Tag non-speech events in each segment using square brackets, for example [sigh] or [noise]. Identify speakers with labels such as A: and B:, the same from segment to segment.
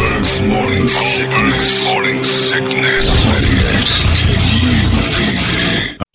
A: Morning sickness. Morning sickness. KUPD.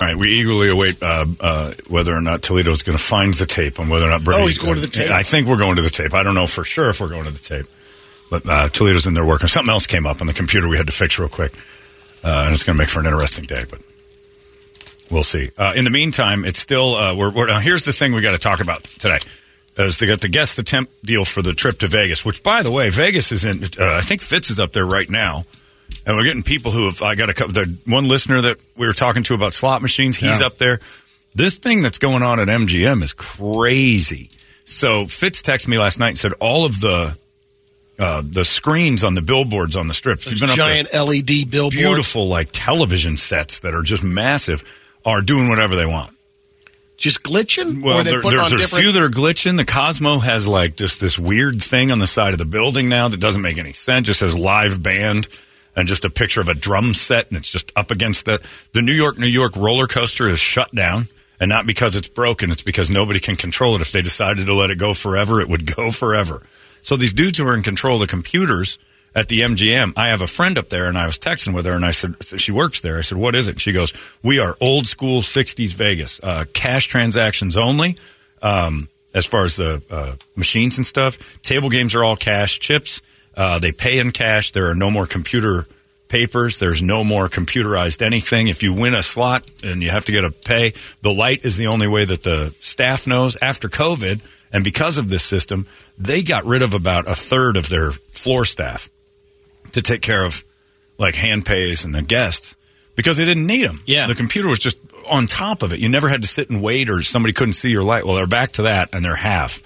B: All right, we eagerly await uh, uh, whether or not Toledo's going to find the tape and whether or not Bernie's
C: Oh, he's going to the tape?
B: I think we're going to the tape. I don't know for sure if we're going to the tape, but uh, Toledo's in there working. Something else came up on the computer we had to fix real quick, uh, and it's going to make for an interesting day. But we'll see. Uh, in the meantime, it's still uh, we're, we're now. Here's the thing we got to talk about today: is they got to guess the temp deal for the trip to Vegas. Which, by the way, Vegas is in. Uh, I think Fitz is up there right now. And we're getting people who have. I got a couple. The one listener that we were talking to about slot machines, he's
C: Yeah.
B: up there. This thing that's going on at MGM is crazy. So Fitz texted me last night and said all of the uh, the screens on the billboards on the strip. if you've been up there-
C: giant E LED billboard.
B: beautiful like television sets that are just massive are doing whatever they want.
C: Just glitching?
B: Well,
C: or they
B: there,
C: put
B: there-
C: it on
B: there's
C: different.
B: a few that are glitching. The Cosmo has like just this weird thing on the side of the building now that doesn't make any sense. Just says live band and just a picture of a drum set, and it's just up against the the New York New York roller coaster is shut down, and not because it's broken. It's because nobody can control it. If they decided to let it go forever, it would [laughs] go forever. So these dudes who are in control of the computers at the MGM, I have a friend up there, and I was texting with her, and I said she works there. I said, "What is it?" She goes, "We are old school '60s Vegas, uh, cash transactions only." um, as far as the uh, machines and stuff. Table games are all cash chips. Uh, they pay in cash. There are no more computer papers. There's no more computerized anything. If you win a slot and you have to get a pay, the light is the only way that the staff knows. After COVID, and because of this system, they got rid of about a third of their floor staff to take care of like hand pays and the guests because they didn't need them.
C: Yeah.
B: The computer was just on top of it. You never had to sit and wait or somebody couldn't see your light. Well, they're back to that and they're half.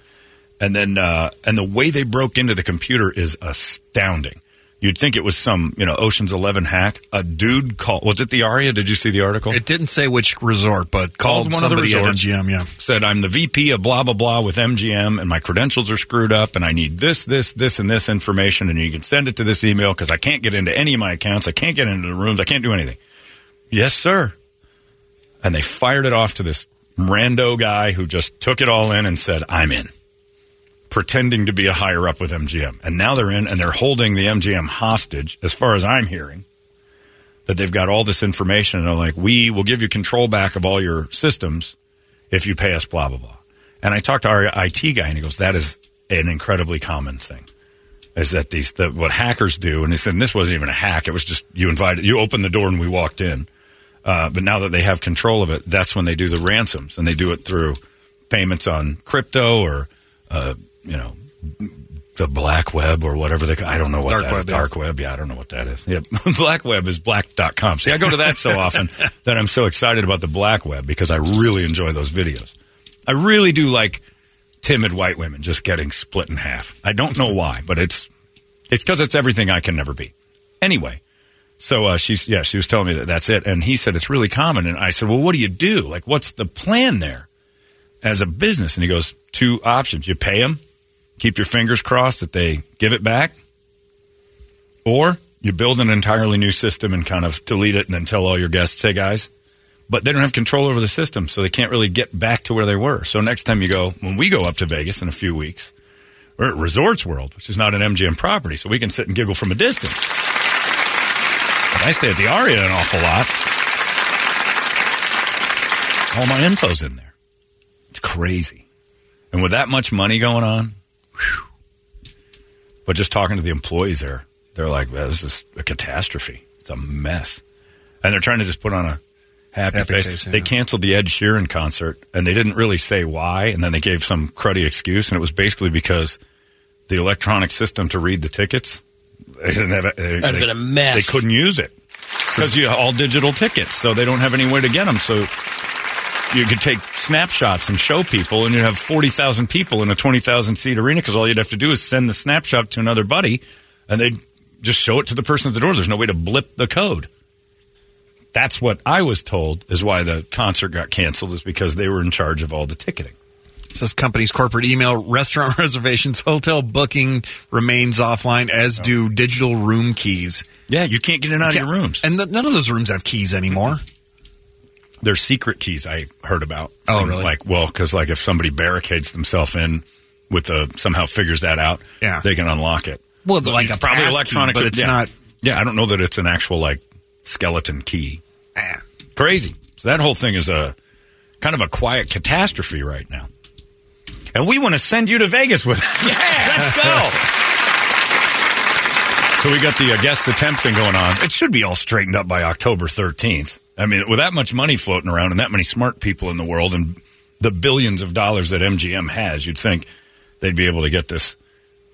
B: And then, uh, and the way they broke into the computer is astounding. You'd think it was some, you know, Ocean's Eleven hack. A dude called, was it the Aria? Did you see the article?
D: It didn't say which resort, but
B: Called
D: called,
B: one of the
D: somebody at
B: resorts.
D: MGM. Yeah,
B: said, I'm the VP of blah, blah, blah with MGM, and my credentials are screwed up, and I need this, this, this, and this information, and you can send it to this email because I can't get into any of my accounts. I can't get into the rooms. I can't do anything. Yes, sir. And they fired it off to this rando guy who just took it all in and said, I'm in, pretending to be a higher up with MGM. And now they're in, and they're holding the MGM hostage, as far as I'm hearing. That they've got all this information and they're like, we will give you control back of all your systems if you pay us blah blah blah. And I talked to our IT guy, and he goes, "That is an incredibly common thing. Is that these that what hackers do?" And he said, and "This wasn't even a hack. It was just you invited, you opened the door, and we walked in. Uh, but now that they have control of it, that's when they do the ransoms, and they do it through payments on crypto or uh, you know." The black web or whatever they, ca- I don't know what
D: Dark
B: that is.
D: web, yeah.
B: Dark web, yeah, I don't know what that is. Yeah, [laughs] black web is black.com. See, I go to that so
D: [laughs]
B: often that I'm so excited about the black web because I really enjoy those videos. I really do like timid white women just getting split in half. I don't know why, but it's it's because it's everything I can never be. Anyway, so uh, she's yeah, she was telling me that that's it, and he said it's really common, and I said, well, what do you do? Like, what's the plan there as a business? And he goes, two options: you pay them, keep your fingers crossed that they give it back, or you build an entirely new system and kind of delete it, and then tell all your guests, hey guys, but they don't have control over the system, so they can't really get back to where they were. So next time you go, when we go up to Vegas in a few weeks, we're at Resorts World, which is not an MGM property, so we can sit and giggle from a distance. And I stay at the Aria an awful lot. All my info's in there. It's crazy. And with that much money going on, whew. but just talking to the employees there, they're like, "Man, this is a catastrophe. It's a mess. And they're trying to just put on a happy,
D: Happy
B: face.
D: face, yeah.
B: They canceled the Ed Sheeran concert, and they didn't really say why. And then they gave some cruddy excuse, and it was basically because the electronic system to read the tickets. They didn't have a- they-
C: That'd have
B: they-
C: been a mess.
B: They couldn't use it because you all digital tickets, so they don't have any way to get them. So you could take snapshots and show people, and you'd have forty thousand people in a twenty thousand seat arena because all you'd have to do is send the snapshot to another buddy, and they'd just show it to the person at the door. There's no way to blip the code. That's what I was told is why the concert got canceled is because they were in charge of all the ticketing.
D: It says company's corporate email, [laughs] restaurant reservations, hotel booking remains offline, as do digital room keys.
B: Yeah, you can't get in and out of your rooms.
D: And th- none of those rooms have keys anymore.
B: There's secret keys I heard about.
D: Oh,
B: And,
D: really?
B: Like, well, because like if somebody barricades themselves in with a somehow figures that out,
D: Yeah.
B: they can unlock it.
D: Well, like a
B: Probably
D: pass key,
B: electronic, uh,
D: but it's
B: yeah.
D: not.
B: Yeah, I don't know that it's an actual like skeleton key.
D: eh.
B: Crazy. So that whole thing is a kind of a quiet catastrophe right now. And we want to send you to Vegas with [laughs] us. Yeah, let's go. so we got the uh, guess the temp thing going on. It should be all straightened up by October 13th. I mean, with that much money floating around and that many smart people in the world and the billions of dollars that MGM has, you'd think they'd be able to get this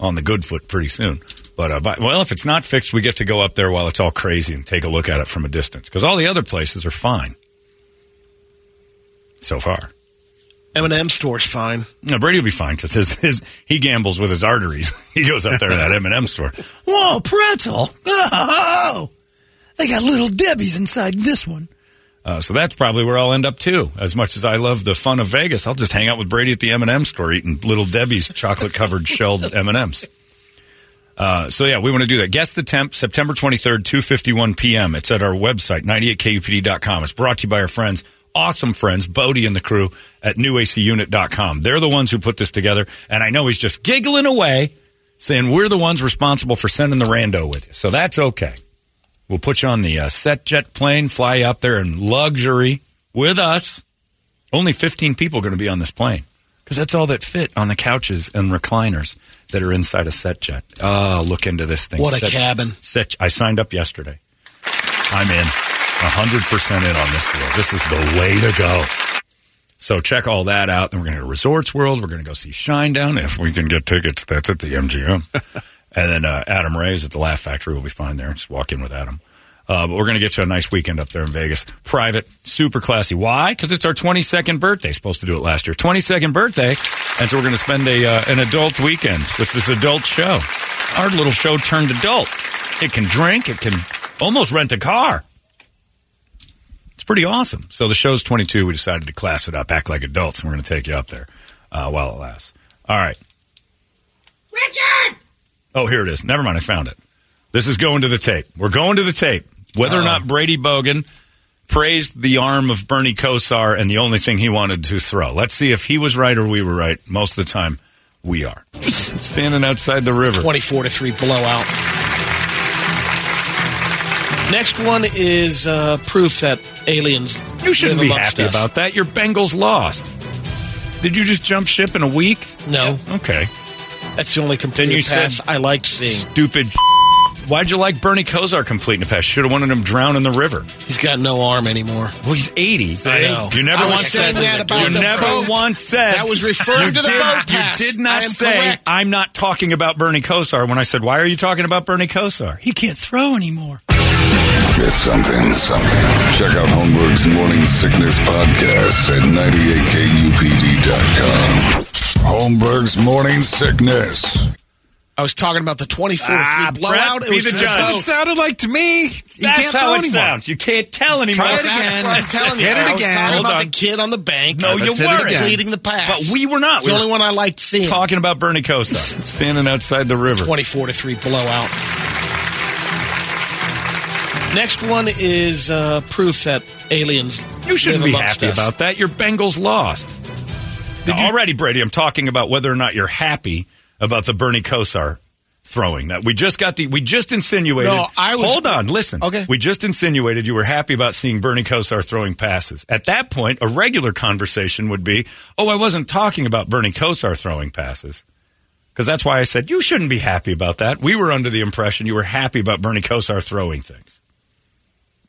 B: on the good foot pretty soon. But, uh, but well, if it's not fixed, we get to go up there while it's all crazy and take a look at it from a distance because all the other places are fine so far.
C: M&M store's fine.
B: No, Brady will be fine because his, his he gambles with his arteries. [laughs] He goes up there to that M and m store. Whoa,
D: [laughs]
B: pretzel! Oh, they got little Debbie's inside this one. Uh, so that's probably where I'll end up too. As much as I love the fun of Vegas, I'll just hang out with Brady at the M and m store eating little Debbie's chocolate covered shelled M and M's. Uh, so yeah, we want to do that. Guess the temp, September 23rd, 2.51 p.m. It's at our website, 98kupd.com. It's brought to you by our friends, awesome friends, Bodie and the crew at newacunit.com. They're the ones who put this together. And I know he's just giggling away, saying we're the ones responsible for sending the rando with you. So that's okay. We'll put you on the uh, set jet plane, fly you out there in luxury with us. Only 15 people are going to be on this plane because that's all that fit on the couches and recliners that are inside a set jet. Oh, look into this thing.
C: What a
B: Set-
C: cabin.
B: Set, I signed up yesterday. I'm in. 100% in on this deal. This is the way to go. So check all that out. Then we're going to go to Resorts World. We're going to go see Shinedown. If we can get tickets, that's at the MGM. and then uh, Adam Ray's at the Laugh Factory. We'll be fine there. Just walk in with Adam. Uh, but we're going to get you a nice weekend up there in Vegas. Private, super classy. Why? Because it's our 22nd birthday. Supposed to do it last year. 22nd birthday. And so we're going to spend a uh, an adult weekend with this adult show. Our little show turned adult. It can drink. It can almost rent a car. It's pretty awesome. So the show's 22. We decided to class it up, act like adults, and we're going to take you up there uh, while it lasts. All right. Richard! Oh, here it is. Never mind. I found it. This is going to the tape. We're going to the tape. Whether or not Brady Bogan praised the arm of Bernie Kosar and the only thing he wanted to throw. Let's see if he was right or we were right. Most of the time, we are. Standing outside the river.
C: 24 to 3 blowout. Next one is uh, proof that aliens.
B: You shouldn't
C: live
B: be
C: amongst
B: happy
C: us.
B: about that. Your Bengals lost. Did you just jump ship in a week?
C: No,
B: Okay.
C: that's the only completed
B: you
C: pass
B: said-
C: I liked seeing.
B: Stupid. Why'd you like Bernie Kosar completing a pass? Should have wanted him drown in the river.
C: He's got no arm anymore.
B: Well, he's 80.
C: I know.
B: You never
C: I was
B: once said
C: saying that about
B: You
C: the
B: never
C: boat.
B: once said.
C: That was referring
B: You
C: to the
B: did-
C: boat pass.
B: You did not
C: I am
B: say,
C: correct.
B: I'm not talking about Bernie Kosar when I said, why are you talking about Bernie Kosar? He can't throw anymore.
A: It's something, something. Check out Holmberg's Morning Sickness Podcast at 98kupd.com. Holmberg's Morning Sickness.
C: I was talking about the 24
B: Ah,
C: to 3 blowout.
B: Brett, be the
C: just-
B: judge.
D: That's what it sounded like to me. You
B: That's
D: can't
B: how
D: throw
B: it
D: anymore.
B: sounds. You can't tell anymore.
D: Try it
C: That's
D: again.
C: what I'm telling you.
D: Hit it
C: I was
D: again.
C: talking
B: Hold
C: about
B: on.
C: the kid on the bank.
B: No, you
D: Let's hit it
B: weren't.
D: again.
C: Leading the pass.
B: But we were not.
C: It's
B: We
C: the
B: were
C: only one I liked seeing.
B: Talking about Bernie Kosar standing outside the river.
C: 24 to 3 blowout. Next one is uh, proof that aliens.
B: You shouldn't
C: live
B: be
C: amongst
B: happy
C: us.
B: about that. Your Bengals lost. Now, already, Brady, I'm talking about whether or not you're happy about the Bernie Kosar throwing that. We just got the. We just insinuated.
C: No, I was-
B: Hold on, listen.
C: Okay.
B: We just insinuated you were happy about seeing Bernie Kosar throwing passes. At that point, a regular conversation would be, "Oh, I wasn't talking about Bernie Kosar throwing passes." Because that's why I said you shouldn't be happy about that. We were under the impression you were happy about Bernie Kosar throwing things.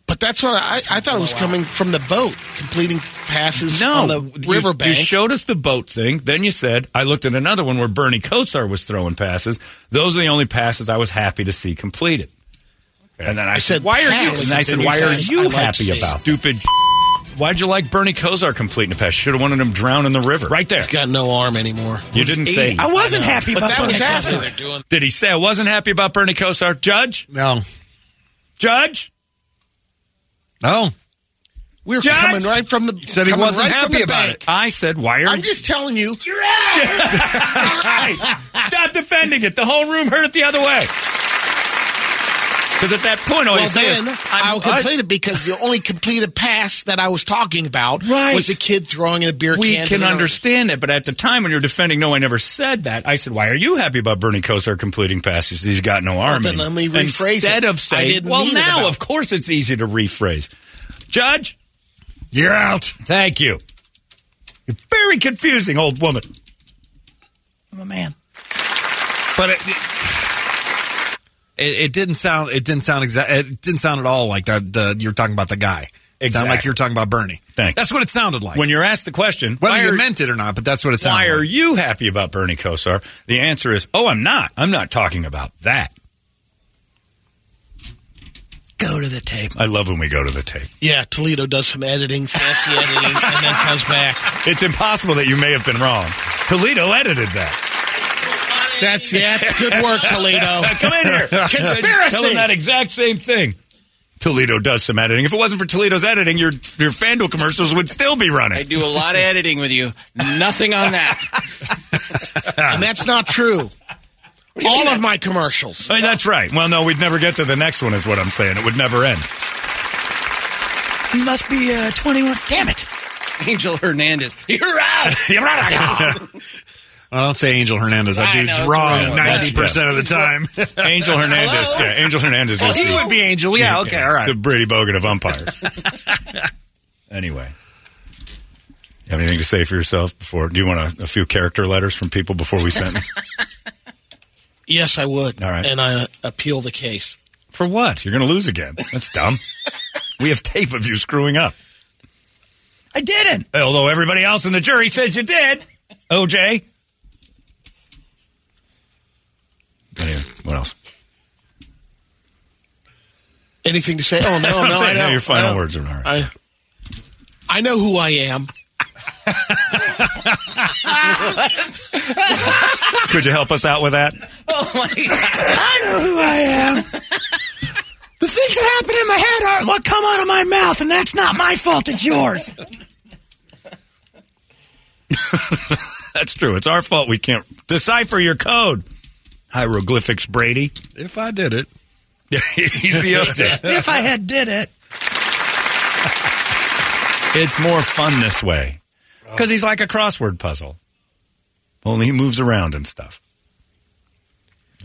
C: But that's what I, I thought it was coming from the boat, completing passes on the
B: you-
C: riverbank.
B: You showed us the boat thing. Then you said, I looked at another one where Bernie Kosar was throwing passes. Those are the only passes I was happy to see completed. And then I,
C: I
B: said,
C: said
B: Why are you?
C: pass.
B: And I said, Why are
C: Pass. I
B: you
C: like
B: happy
C: seeing.
B: about stupid? Why'd you like Bernie Kosar completing the pass? Should have wanted him drown in the river. Right there.
C: He's got no arm anymore.
B: You didn't say.
E: I wasn't happy
C: But
E: about
C: that
E: Bernie
C: was after
E: Kosar.
C: they're doing.
B: Did he say I wasn't happy about Bernie Kosar? Judge?
D: No.
B: Judge? Oh,
D: No.
C: We were
B: Judge!
C: coming right from the.
D: said he
C: coming
D: wasn't
C: right from
D: happy
C: the
D: about
C: bank.
B: I said, why are
C: I'm
B: you
C: just telling you.
B: Stop defending it. The whole room heard it the other way. Because at that point, all you
C: Well,
B: say is,
C: then
B: I'm-
C: I'll complain it because the only completed pass that I was talking about
B: Right.
C: was the kid throwing the beer
B: we
C: can. to
B: can
C: the-
B: understand that, but at the time when you're defending, no, I never said that. I said, why are you happy about Bernie Kosar completing passes? He's got no arm.
C: then
B: anymore."
C: let me rephrase it.
B: Instead
C: I
B: of saying,
C: didn't
B: well,
C: mean it
B: now
C: about-
B: of course it's easy to rephrase. Judge,
D: You're out.
B: thank you. You're very confusing, old woman. I'm a man.
D: But it, it, it didn't sound. It didn't sound exact. It didn't sound at all like that. The, you're talking about the guy. It sounded like
B: Exactly.
D: you're talking about Bernie.
B: Thanks.
D: That's what it sounded like.
B: When you're asked the question,
D: whether
B: why
D: you
B: are-
D: meant it or not, but that's what it
B: why
D: sounded
B: are
D: like.
B: you happy about Bernie Kosar? The answer is, oh, I'm not. I'm not talking about that.
E: Go to the tape.
B: I love when we go to the tape.
C: Yeah, Toledo does some editing, fancy editing, and then comes back.
B: It's impossible that you may have been wrong. Toledo edited that.
C: That's yeah, that's good work, Toledo.
B: Come in [laughs] here.
C: Conspiracy.
B: Tell him that exact same thing. Toledo does some editing. If it wasn't for Toledo's editing, your your FanDuel commercials would still be
F: I
B: running.
F: do a lot of editing with you. Nothing on that.
C: and that's not true. All of my commercials.
B: I mean, that's right. Well, no, we'd never get to the next one, is what I'm saying. It would never end.
E: You must be uh, 21. Damn it.
F: Angel Hernandez. You're out.
D: I don't say Angel Hernandez. That
F: I know,
D: dude's
F: it's
D: wrong
F: wrong.
D: ninety percent of the time.
B: [laughs]
D: [laughs]
B: Angel Hernandez.
F: Hello?
B: Yeah, Angel Hernandez is the,
D: be Angel. Yeah. Okay. All
B: it's
D: right.
B: the Brady Bogan of umpires.
D: [laughs]
B: anyway. You have anything to say for yourself before? Do you want a, a few character letters from people before we
D: [laughs]
B: sentence?
C: Yes, I would.
B: All right.
C: And I uh, appeal the case.
B: For what? You're going to lose again. That's dumb. we have tape of you screwing up.
E: I didn't.
B: Although everybody else in the jury says you did. OJ. Anyway, what else?
C: Anything to say? Oh no, no,
B: [laughs]
C: I
B: Say
C: know.
B: your
C: I
B: final
C: know.
B: words are all right.
C: I I know who
B: [laughs]
C: I am.
B: Could you help us out with that?
F: Oh my God.
E: I know who I am. the things that happen in my head are what come out of my mouth, and that's not my fault. It's yours.
B: [laughs] That's true. It's our fault we can't decipher your code. Hieroglyphics, Brady.
D: If I did it,
B: [laughs] He's the OJ.
E: [laughs] if I had did it,
B: It's more fun this way
E: Oh.
B: because he's like a crossword puzzle. Only he moves around and stuff.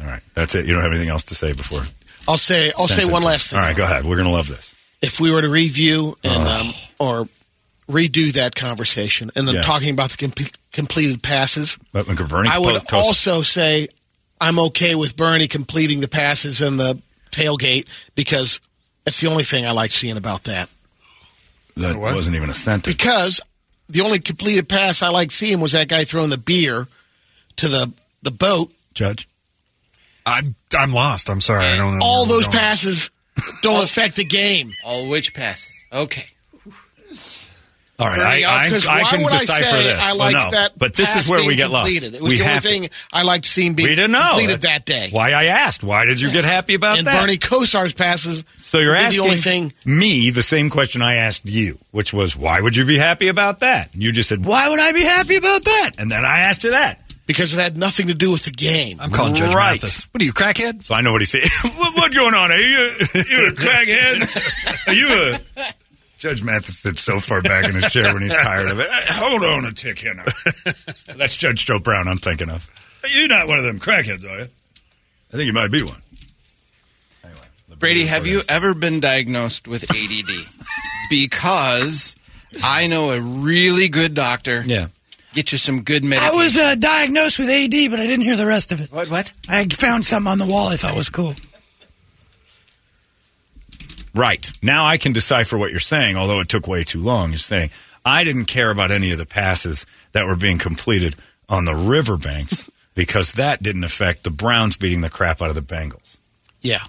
B: All right, that's it. You don't have anything else to say before.
C: I'll say. I'll say one
B: sentences?
C: last thing.
B: All right, go ahead. We're gonna love this.
C: If we were to review and um, or redo that conversation, and then
B: Yes.
C: talking about the comp- completed passes,
B: But when Bernie
C: I would
B: Kosar-
C: also say I'm okay with Bernie completing the passes in the tailgate because that's the only thing I like seeing about that.
B: that wasn't even a sentence.
C: Because the only completed pass I like seeing was that guy throwing the beer to the the boat.
B: Judge,
D: I'm I'm lost. I'm sorry. I
B: Oh,
D: don't know.
C: All
D: where we're
C: those
D: going.
C: passes don't affect the game.
F: All Oh, which passes. Okay.
B: all right,
C: Bernie
B: I, I,
C: says,
B: I
C: uh, why
B: can
C: would
B: decipher
C: I say
B: this.
C: I
B: Well,
C: liked
B: no,
C: that,
B: but this
C: pass
B: is where we
C: being
B: get lost.
C: completed. It was
B: we
C: the only
B: have to-
C: thing I liked seeing being
B: we didn't know
C: completed
B: That's
C: that day.
B: Why I asked? Why did you get happy about
C: and
B: that?
C: Bernie Kosar's passes.
B: So you're
C: would be
B: asking
C: the only thing.
B: me the same question I asked you, which was, why would you be happy about that? And you just said, why would I be happy about that? And then I asked you that.
C: because it had nothing to do with the game.
D: I'm calling Judge
B: Right.
D: Mathis. What are you, crackhead?
B: So I know what he said. [laughs] what, what going on? Are you, you a crackhead? Are you a... Judge Mathis sits so far back in his chair when he's tired [laughs] of it. Uh, Hold on a tick here now. That's Judge Joe Brown I'm thinking of. You're not one of them crackheads, are you? I think you might be one.
F: Brady, have you ever been diagnosed with ADD? because I know a really good doctor.
B: Yeah.
F: Get you some good
E: I
F: medication.
E: was uh, diagnosed with AD, but I didn't hear the rest of it.
F: What? What?
E: I found something on the wall I thought was cool.
B: Right. Now I can decipher what you're saying, although it took way too long. You're saying, I didn't care about any of the passes that were being completed on the riverbanks [laughs] because that didn't affect the Browns beating the crap out of the Bengals.
C: Yeah.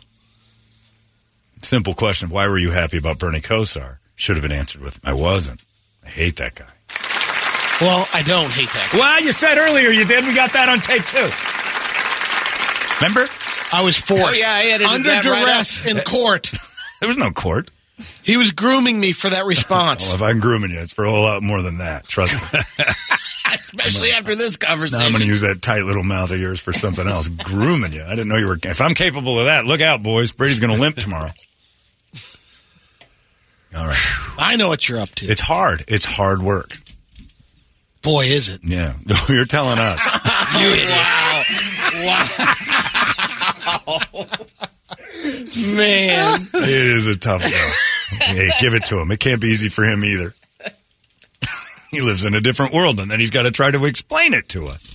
B: Simple question. Why were you happy about Bernie Kosar? Should have been answered with, I wasn't. I hate that guy.
C: Well, I don't hate that. guy.
B: Well, you said earlier you did. We got that on tape too. Remember?
C: I was forced.
F: Oh, yeah, I edited
C: under
F: that right
C: duress in court.
B: There was no court.
C: He was grooming me for that
B: Well, [laughs]
C: response,
B: if I'm grooming you, it's for a whole lot more than that. Trust [laughs] me.
C: especially after this
B: I'm
C: conversation.
B: going to use that tight little mouth of yours for something else. grooming you. I didn't know you were. If I'm capable of that, look out, boys. Brady's going to limp tomorrow. All right.
C: I know what you're up to.
B: It's hard. It's hard work.
C: Boy, is it.
B: Yeah. [laughs] You're telling us.
C: You wow. Wow. Man.
B: It is a tough go. Hey, give it to him. It can't be easy for him either. He lives in a different world, and then he's got to try to explain it to us.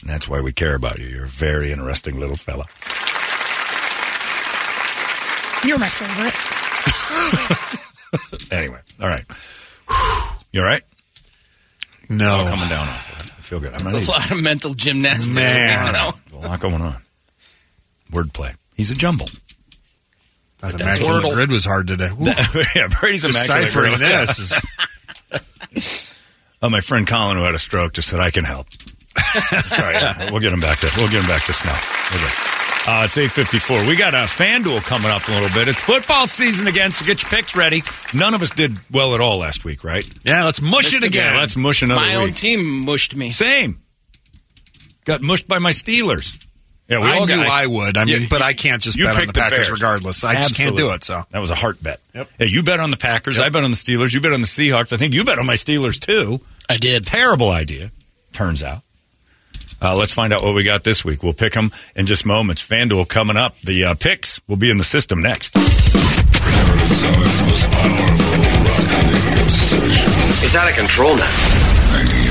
B: And that's why we care about you. You're a very interesting little fella.
G: You're my favorite.
B: Anyway, all right. You all right?
D: No.
B: Coming down off of it. I feel good. I'm not
F: It's [laughs]
B: even-
F: a lot of mental gymnastics.
D: Man.
F: You know?
B: a lot going on. Wordplay. He's a jumble. [laughs]
D: Thought the
B: That's
D: Immaculate
B: Wordle.
D: Grid was hard today. Ooh,
B: yeah, Brady's immaculate.
D: deciphering
B: Really.
D: this
B: [laughs]
D: is
B: Oh, my friend Colin, who had a stroke, just said I can help. [laughs] All right, we'll get him back to we'll get him back to snow. We're good. Uh, it's eight fifty four. We got a FanDuel coming up in a little bit. It's football season again, so get your picks ready. None of us did well at all last week, right?
D: Yeah, let's mush it again.
B: Yeah, let's mush another
F: My own
B: week.
F: team mushed me.
B: Same. Got mushed by my Steelers. Yeah,
D: I
B: all
D: knew
B: got-
D: I would. I mean,
B: Yeah,
D: but I can't just
B: you
D: bet on
B: picked
D: the Packers
B: Bears.
D: regardless. I just can't
B: Absolutely.
D: do it. So
B: that was a heart bet.
D: Yep.
B: Yeah, you bet on the Packers. I bet on the Steelers. You bet on the Seahawks. I think you bet on my Steelers too.
C: I did.
B: Terrible idea, turns out. Uh, let's find out what we got this week. We'll pick them in just moments. FanDuel coming up. The uh, picks will be in the system next.
H: It's out of control now.